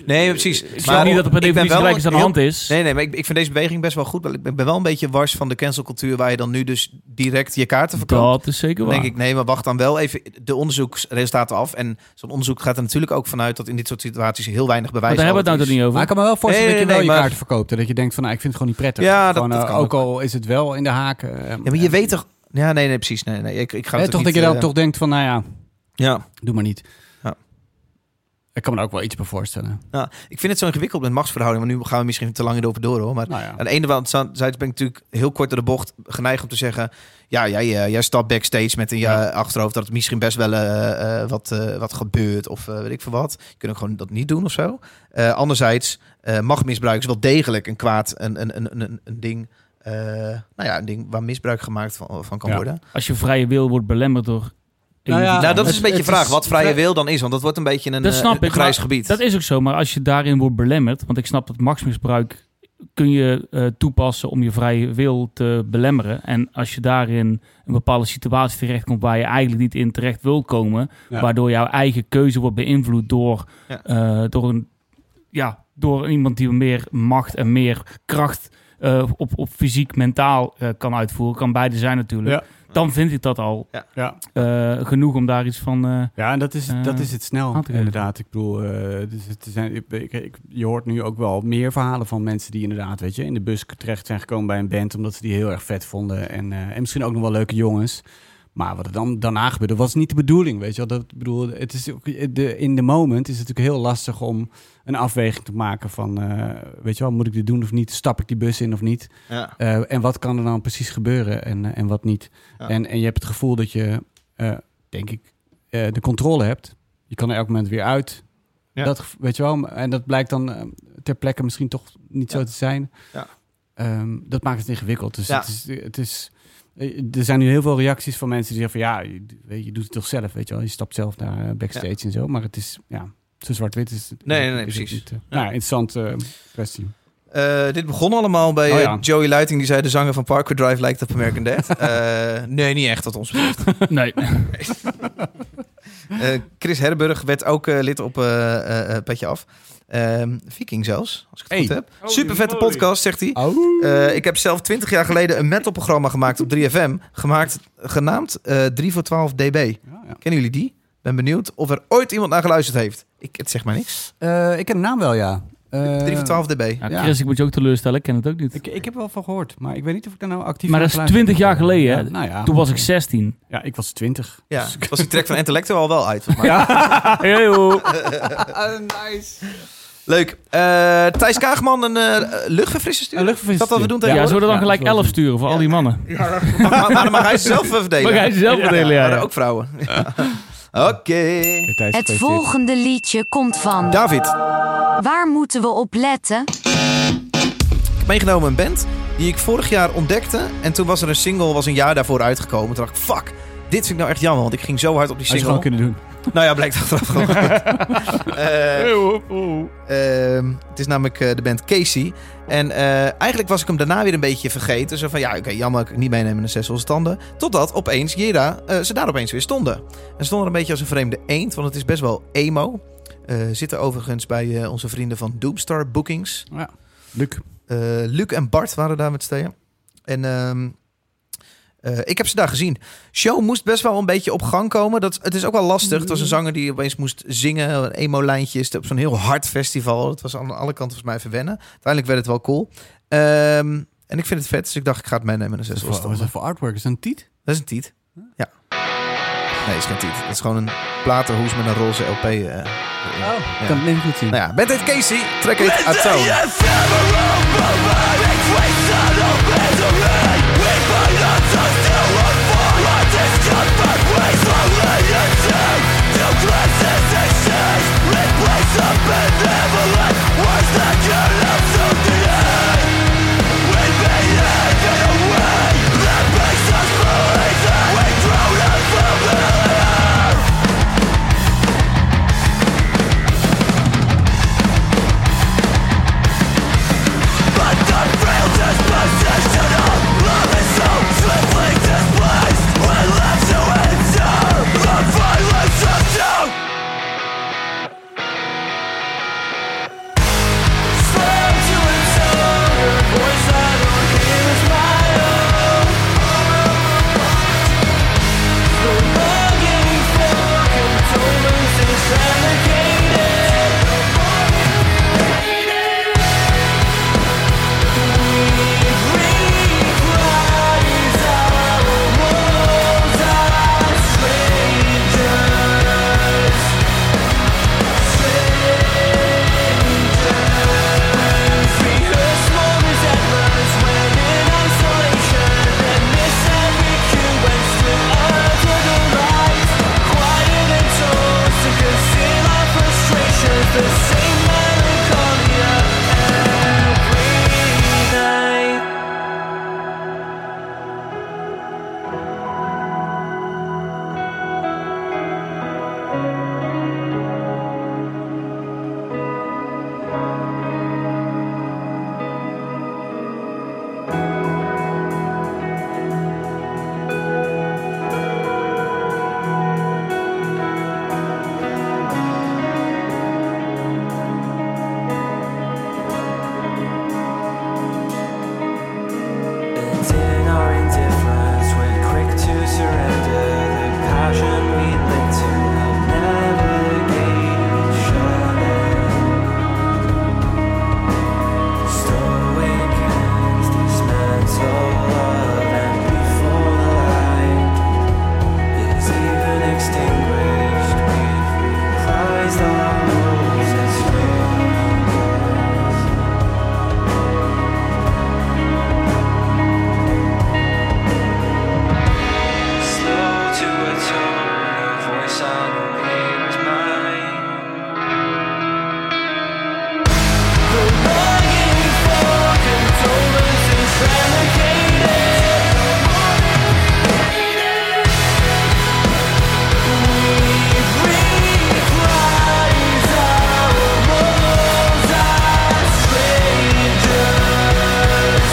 Nee, precies. Ik snap niet dat er per ik ben definitie wel gelijk is aan de heel- hand is. Nee, nee, maar ik, ik vind deze beweging best wel goed. Maar ik ben ben wel een beetje wars van de cancelcultuur... waar je dan nu dus direct je kaarten verkoopt. dat is zeker Dan waar. denk ik, nee, maar wacht dan wel even de onderzoeksresultaten af. En zo'n onderzoek gaat er natuurlijk ook vanuit... dat in dit soort situaties heel weinig bewijs maar daar hebben we het nou altijd toch niet over? Maar ik kan me wel voorstellen Nee, dat je nee, wel nee, je maar- kaarten verkoopt. En dat je denkt van, nou, ik vind het gewoon niet prettig. Ja, dat- Gewoon, dat eh, kan ook ook. al is het wel in de haken. eh, Ja, maar je eh, weet toch... Ja, nee, nee, precies. Nee, nee, ik, ik ga hè, het toch ook dat je niet, dan eh, toch denkt van, nou ja, Ja. doe maar niet. Ja. Ik kan me er ook wel iets bij voorstellen. Nou, ik vind het zo ingewikkeld met machtsverhouding. Maar nu gaan we misschien te lang erover door hoor. Maar Nou ja. aan de ene kant zijds ben ik natuurlijk heel kort door de bocht geneigd om te zeggen. Ja, jij, eh, jij stapt backstage met in je Ja. achterhoofd dat het misschien best wel eh, eh, wat, eh, wat gebeurt. Of eh, weet ik veel wat. Je kunt ook gewoon dat niet doen of zo. Eh, anderzijds, eh machtmisbruik is wel degelijk een kwaad, een, een, een, een, een ding. eh, nou ja, een ding waar misbruik gemaakt van, van kan Ja. worden. Als je vrije wil wordt belemmerd door... Nou ja, nou, dat is het- een beetje de het vraag is- wat vrije vrij- wil dan is. Want dat wordt een beetje een, Dat eh, snap een ik, grijs maar gebied. Dat is ook zo, maar als je daarin wordt belemmerd, want ik snap dat machtsmisbruik kun je eh, toepassen om je vrije wil te belemmeren. En als je daarin een bepaalde situatie terechtkomt waar je eigenlijk niet in terecht wil komen, Ja. waardoor jouw eigen keuze wordt beïnvloed door, Ja. eh, door, een, ja, door iemand die meer macht en meer kracht eh, op, op fysiek, mentaal eh, kan uitvoeren, kan beide zijn natuurlijk. Dan vind ik dat al Ja. eh, genoeg om daar iets van... eh, Ja, en dat is, Eh, dat is het snel, aan te geven. inderdaad. Ik bedoel, eh, dus het zijn, ik, ik- ik- je hoort nu ook wel meer verhalen van mensen die inderdaad, weet je, in de bus terecht zijn gekomen bij een band omdat ze die heel erg vet vonden. En, eh, en misschien ook nog wel leuke jongens. Maar wat er dan daarna gebeurde, was niet de bedoeling, weet je wel. Dat, ik bedoel, het is ook, de, in de moment is het natuurlijk heel lastig om een afweging te maken van, eh, weet je wel, moet ik dit doen of niet? Stap ik die bus in of niet? Ja. Eh, en wat kan er dan precies gebeuren en, eh, en wat niet? Ja. En, en je hebt het gevoel dat je, eh, denk ik, eh, de controle hebt. Je kan er elk moment weer uit. Ja. Dat, gevo- weet je wel, en dat blijkt dan eh, ter plekke misschien toch niet zo te zijn. Ja. Ehm, dat maakt het ingewikkeld. Dus Ja. het is, het is, eh, er zijn nu heel veel reacties van mensen die zeggen van... ja, je, weet je, je doet het toch zelf, weet je wel. Je stapt zelf naar eh, backstage en zo. Maar het is, ja, zo zwart-wit is het. Nee, nee, nee, is het precies. niet, eh. nou, interessante eh, kwestie. Eh, dit begon allemaal bij Oh eh, ja. Joey Luiting, die zei: De zanger van Parkway Drive lijkt op American Dad. Eh, nee, niet echt, wat ons betreft. nee. Eh, Chris Herburg werd ook eh, lid op eh, eh, eh, Petje Af. Ehm, Viking zelfs, als ik het Hey. goed heb. Super vette podcast, zegt hij. Oh. Eh, ik heb zelf 20 jaar geleden een metalprogramma gemaakt op 3FM. Gemaakt, genaamd eh 3 voor 12 dB. Ja, ja. Kennen jullie die? Ben benieuwd of er ooit iemand naar geluisterd heeft. Ik, het zegt mij niks. Eh, ik ken de naam wel, ja. Eh, 3 voor 12 dB. Ja, Ja. Chris, ik moet je ook teleurstellen, ik ken het ook niet. Ik, ik heb er wel van gehoord, maar ik weet niet of ik daar nou actief Maar dat naar is geluisterd 20 jaar heb. geleden, hè? Ja, nou ja. Toen was ik 16. ja, ik was Dus 20. Ja, Dus was die track van Intellectual al wel uit. volgens mij. Hey, ho. nice. Leuk. Eh, Thijs Kaagman, een eh luchtverfrisser sturen? luchtverfrisser Dat wat we doen sturen. Ja, tegenwoordig? zullen we dan Ja, gelijk dat is wel 11 sturen voor al die mannen? Maar, maar, maar dan mag hij ze zelf eh, verdelen. Maar ga je zelf verdelen, ja. Maar ja. ook vrouwen. Oké. Het volgende liedje komt van. David, ik Waar moeten we op letten? heb meegenomen een band die ik vorig jaar ontdekte. En toen was er een single, was een jaar daarvoor uitgekomen. Toen dacht ik, fuck, dit vind ik nou echt jammer. Want ik ging zo hard op die Als je single. gewoon kunnen doen. Nou ja, blijkt achteraf gewoon. Eh, Ehm, het is namelijk eh, de band Casey. En eh, eigenlijk was ik hem daarna weer een beetje vergeten. Zo van, ja, oké, jammer, ik kan niet meenemen naar zes losse tanden. Totdat opeens Jera, eh, ze daar opeens weer stonden. En ze stonden een beetje als een vreemde eend, want het is best wel emo. Eh, zitten overigens bij eh, onze vrienden van Doomstar Bookings. Luc. Eh, Luc en Bart waren daar met steeën. En ehm, eh, ik heb ze daar gezien. Show moest best wel een beetje op gang komen. Dat, het is ook wel lastig. Het was een zanger die opeens moest zingen. Emo-lijntjes op zo'n heel hard festival. Het was aan alle kanten volgens mij even wennen. Uiteindelijk werd het wel cool. Ehm, en ik vind het vet, dus ik dacht ik ga het meenemen naar zes Wat is losse tanden. dat voor artwork? Is dat een tiet? Dat is een tiet. Ja. Nee, is geen tiet. Dat is gewoon een platenhoes met een roze LP. eh. Ik kan het even goed zien. Nou ja, Band Aid Casey, Track It Out Town. The same melancholia every night. And in our indifference, we're quick to surrender the passion we linked to help navigate each other. Stoic hands dismantle love, and before the light is even extinguished, we've reprised our roles as humans. Slow to a tone, a voice I know hears mine. The longing for condolence is renegated. We've reprised our roles as strangers.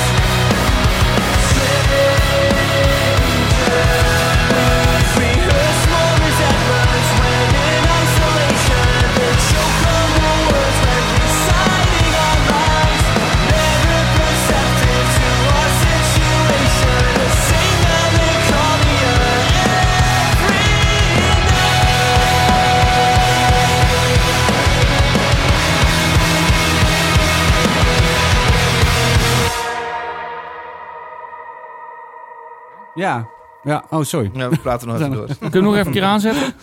Ja. Ja, oh sorry. Ja, we praten nog even door. Kunnen we hem nog even een keer aanzetten?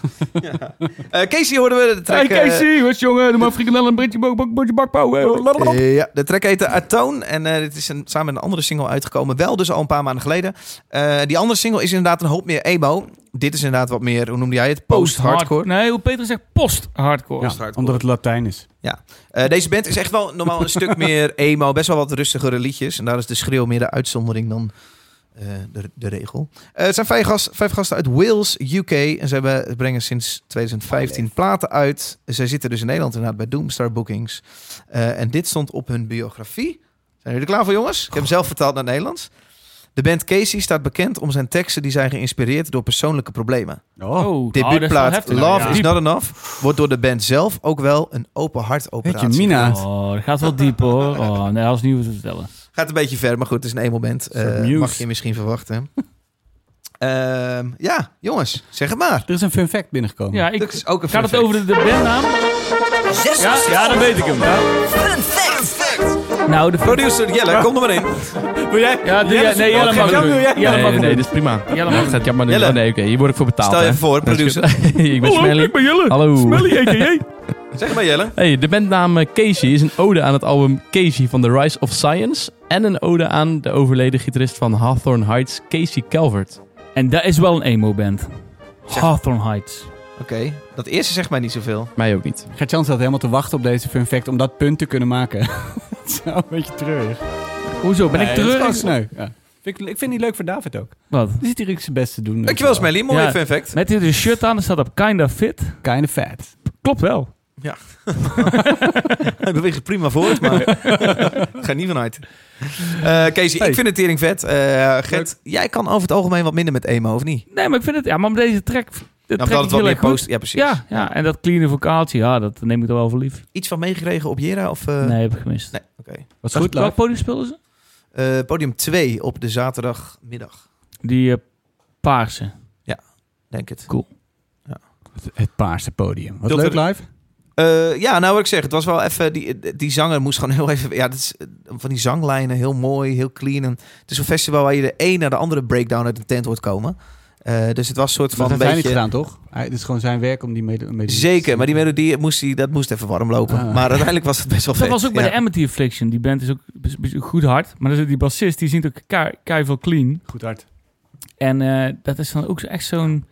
Eh, Casey hoorden we de track... eh, wat jongen? Doe maar frikandel en broodje bak, bak, broodje bakpauw. Eh, ja, de track heette Atone en eh, dit is een, samen met een andere single uitgekomen. Wel dus al een paar maanden geleden. Eh, die andere single is inderdaad een hoop meer emo. Dit is inderdaad wat meer, hoe noemde jij het? Post-hardcore. Nee, hoe Peter zegt, post-hardcore. Ja, omdat het Latijn is. Eh, deze band is echt wel normaal een stuk meer emo. Best wel wat rustigere liedjes. En daar is de schreeuw meer de uitzondering dan eh, de, de regel. Eh, het zijn vijf, gas- vijf gasten uit Wales, UK. En ze hebben, brengen sinds 2015 platen uit. Zij zitten dus in Nederland inderdaad bij Doomstar Bookings. Eh, en dit stond op hun biografie. Zijn jullie er klaar voor, jongens? Ik heb hem zelf vertaald naar het Nederlands. De band Casey staat bekend om zijn teksten die zijn geïnspireerd door persoonlijke problemen. Oh. nou, Debuutplaat Love is is Not Enough wordt door de band zelf ook wel een open hart Weet operatie. je, Mina. Oh, dat gaat wel diep hoor. Oh, nee, als nieuws te vertellen. Gaat een beetje ver, maar goed, het is een emo band. Een soort Eh, Muse. mag je misschien verwachten. Ehm, ja, jongens, zeg het maar. Er is een fun fact binnengekomen. Ja, Dat ik, is ook een gaat het fun over de, de bandnaam? Zes Ja, ja, dan weet ik hem. Fun fact. Nou, de Producer Jelle, kom er maar in. Wil jij? Ja, doe Jelle jij- is- nee, Jelle oh, mag Jan, het doen. wil jij? Jelle mag nee, nee, het nee, doen. dit is prima. Jelle mag Ja, het gaat jammer doen. Jelle. Oh, nee, oké, hier word ik voor betaald. Stel je hè. even voor, Dat is producer. goed. Oh, ik ben Smelly. ben Jelle. Hallo. a.k.a. Zeg maar Jelle. Hey, de bandnaam eh, Casey is een ode aan het album Casey van The Rise of Science. En een ode aan de overleden gitarist van Hawthorne Heights, Casey Calvert. En dat is wel een emo-band. Hawthorne Heights. Oké, dat eerste zegt mij niet zoveel. Mij ook niet. Gert-Jan zat helemaal te wachten op deze fun fact om dat punt te kunnen maken. dat is nou een beetje treurig. Hoezo, ben ik Nee, dat is gewoon terug? sneu. Ja. Vind ik, ik vind die leuk voor David ook. Wat? Die zit hier ook zijn best te doen. Dankjewel Smelly, mooie Ja. fun fact. Met dit shirt aan, er staat op Kinda Fit. Kind of fat. Klopt wel. Hij beweegt prima voort, maar ik ga er niet vanuit. Eh Casey, ik vind het tering vet. Eh Gert, jij kan over het algemeen wat minder met emo, of niet? Nee, maar ik vind het... Ja, maar met deze track... De track Nou, omdat is het wat heel meer erg goed. post... Ja, precies. Ja, ja, en dat clean vocaaltje, ja, dat neem ik er wel voor lief. Iets van meegekregen op Jera? Of, eh, nee, heb ik gemist. Nee, oké. Was Welk- goed, Welk Lars. podium speelden ze? Eh, podium 2 op de zaterdagmiddag, Die eh, paarse. denk het. Het, het paarse podium. Wat Dat leuk er- live. Eh, ja, nou wat ik zeg, het was wel even... Die, die zanger moest gewoon heel even... Ja, dat is, eh, van die zanglijnen, heel mooi, heel clean. En het is een festival waar je de een naar de andere breakdown uit de tent hoort komen. Eh, dus het was een soort Dat van heeft een hij niet beetje... gedaan, toch? Hij, het is gewoon zijn werk om die mede- melodie... Zeker, maar die melodie moest, die, dat moest even warm lopen. Ah. Maar uiteindelijk was het best wel Dat vet. was ook bij ja. de Amity Affliction. Die band is ook best- best goed hard. Maar dan zit die bassist, die zingt ook kei kei veel clean. Goed hard. En eh, dat is dan ook zo- echt zo'n...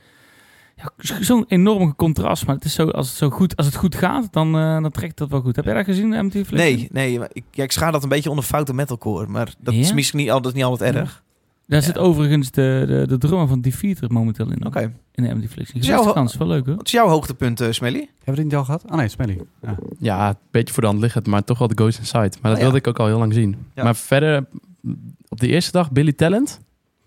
Ja, z- zo'n enorm contrast. Maar het is zo, als, het zo goed, als het goed gaat, dan, eh, dan trekt dat wel goed. Heb jij dat gezien, de Amity Affliction? Nee, nee maar ik, ja, ik schaar dat een beetje onder foute metalcore. Maar dat Ja? is misschien niet altijd, niet altijd erg. Daar zit overigens de, de, de drummer van Defeater momenteel in. Oké. In de Amity Affliction. Dus Geef het jouw- een kans, wel leuk hoor. Wat is jouw hoogtepunt, eh Smelly? Hebben we dit niet al gehad? Ah nee, Smelly. Ja. Ja, een beetje voor de hand liggend, maar toch wel de Ghost Inside. Maar dat Oh ja. wilde ik ook al heel lang zien. Ja. Maar verder, op de eerste dag, Billy Talent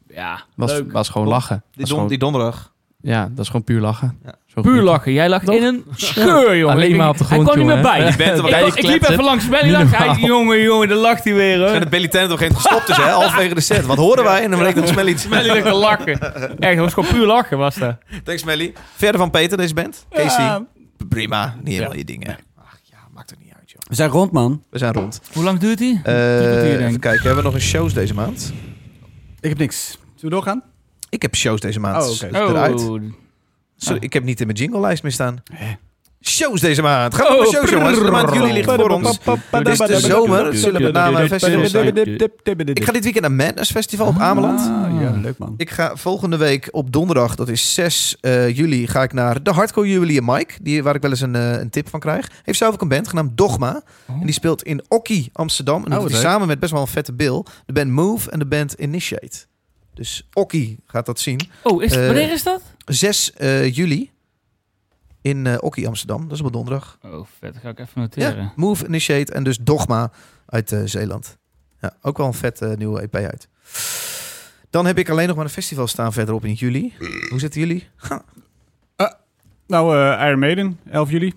Ja, was, leuk. was gewoon Klopt. lachen. Die, Was don- gewoon- die donderdag. ja, dat is gewoon puur lachen. Ja. Zo Puur goed. lachen. Jij lag in een scheur, jongen. Alleen maar op de Hij grond, kwam niet meer jongen. bij. Je bent er wat ik, bij was- je ik liep geklept, even langs Belly. Niet Lacht. Hij, normaal. jongen, jongen, daar lacht hij weer. En Hoor. de Billy Talent op een gegeven moment gestopt is, hè? Halverwege de set. Wat horen wij? En dan bleek dat Smelly iets. Belly lag te lachen. Echt, dat was gewoon puur lachen, was dat. Thanks, Smelly. Verder van Peter, deze band. Casey. Ja. Prima. Niet helemaal je dingen. Ach ja, maakt er niet uit, joh. We zijn rond, man. We zijn rond. Hoe lang duurt hij? Eh, Drie kwartier, denk even ik. kijken, hebben we nog een shows deze maand? Ik heb niks. Zullen we doorgaan? Ik heb shows deze maand. Oh, oké. Dus eruit. Oh, Sorry, ik heb niet in mijn jinglelijst meer staan. Hè? Shows deze maand. Gaan we naar Oh, shows, jongens. De maand juli ligt voor ons. Het is de zomer. Het zullen met name festivals zijn. Ik ga dit weekend naar Madness Festival op Ameland. Ah, ja, leuk man. Ik ga volgende week op donderdag, dat is 6 eh, juli, ga ik naar de Hardcore Jubilee Mike. Die, waar ik wel eens een, eh, een tip van krijg. Heeft zelf ook een band genaamd Dogma. En die speelt in Okkie, Amsterdam. En Oh, dat wat doet hij leuk. samen met best wel een vette Bill. De band Move en de band Initiate. Dus Okkie gaat dat zien. oh is, Eh, wanneer is dat? 6 eh, juli in eh Okkie, Amsterdam. Dat is op een donderdag. Oh, vet. Ga ik even Ja, noteren. Move, Initiate en dus Dogma uit eh, Zeeland. Ja, ook wel een vet eh, nieuwe EP uit. Dan heb ik alleen nog maar een festival staan verderop in juli. Hoe zitten jullie? Nou, eh, Iron Maiden, 11 juli.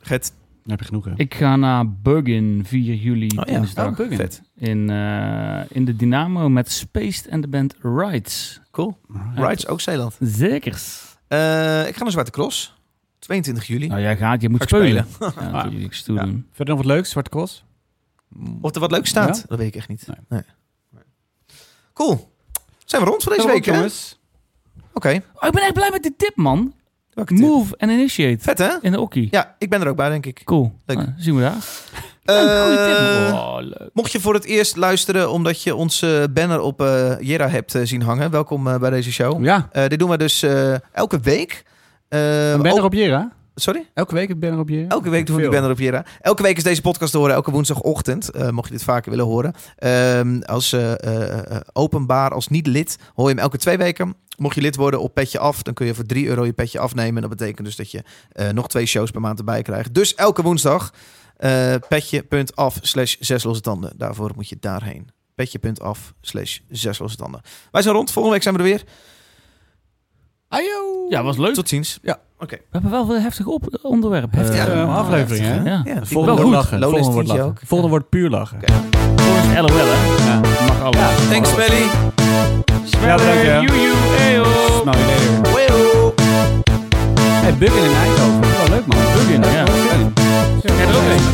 Gert. heb je genoeg, hè? Ik ga naar Bergen 4 juli Oh dinsdag. vet. in, eh, in de Dynamo met Spaced en de band Rides. Cool. Rides, ook Zeeland. Zekers. Eh, ik ga naar Zwarte Cross. 22 juli. Nou, jij gaat, je moet Ga ik spelen. spelen. Ja, natuurlijk, stoer Ja. doen. Verder nog wat leuks, Zwarte Cross. Of er wat leuks staat, Ja? dat weet ik echt niet. Nee. Nee. Cool. Zijn we rond voor deze week, hè? Oké. jongens. Oh, ik ben echt blij met die tip, man. Welke tip? Move en Initiate Vet, hè? in de Okkie. Ja, ik ben er ook bij, denk ik. Cool. Leuk. Nou, zien we daar. Eh, oh, leuk. Mocht je voor het eerst luisteren omdat je onze banner op eh, Jera hebt eh, zien hangen, welkom eh, bij deze show. Ja, Eh, dit doen we dus eh, elke week. Eh, een banner ook- op Jera. Sorry? Elke week een banner op Jera. Elke week doen we die Veel. banner op Jera. Elke week is deze podcast te horen, elke woensdagochtend. eh, mocht je dit vaker willen horen. Ehm, als eh, eh, eh, openbaar, als niet-lid, hoor je hem elke twee weken. Mocht je lid worden op Petje Af, dan kun je voor 3 euro je petje afnemen. Dat betekent dus dat je eh, nog twee shows per maand erbij krijgt. Dus elke woensdag eh, petje.af slash zes losse tanden. Daarvoor moet je daarheen. Petje.af slash zes losse tanden. Wij zijn rond, volgende week zijn we er weer. Ajo! Ja, was leuk. Tot ziens. Ja. Oké. We hebben wel veel heftig op onderwerpen. Heftig, Eh, Eh, ja. een aflevering, hè? ja. Ja, Volgende wel wordt goed. lachen. Lowlands Volgende wordt tientje lachen. Volgende wordt puur lachen. Oké. Volgens LOL, hè? Mag alles. Thanks, Melly. Ja, dank je. Joe, joe, hey, ho. Nou, je deed er. Weeroe. Hey, Buggen in Eindhoven. Wel leuk, man. Buggen, ja. ja. Jij er ook een?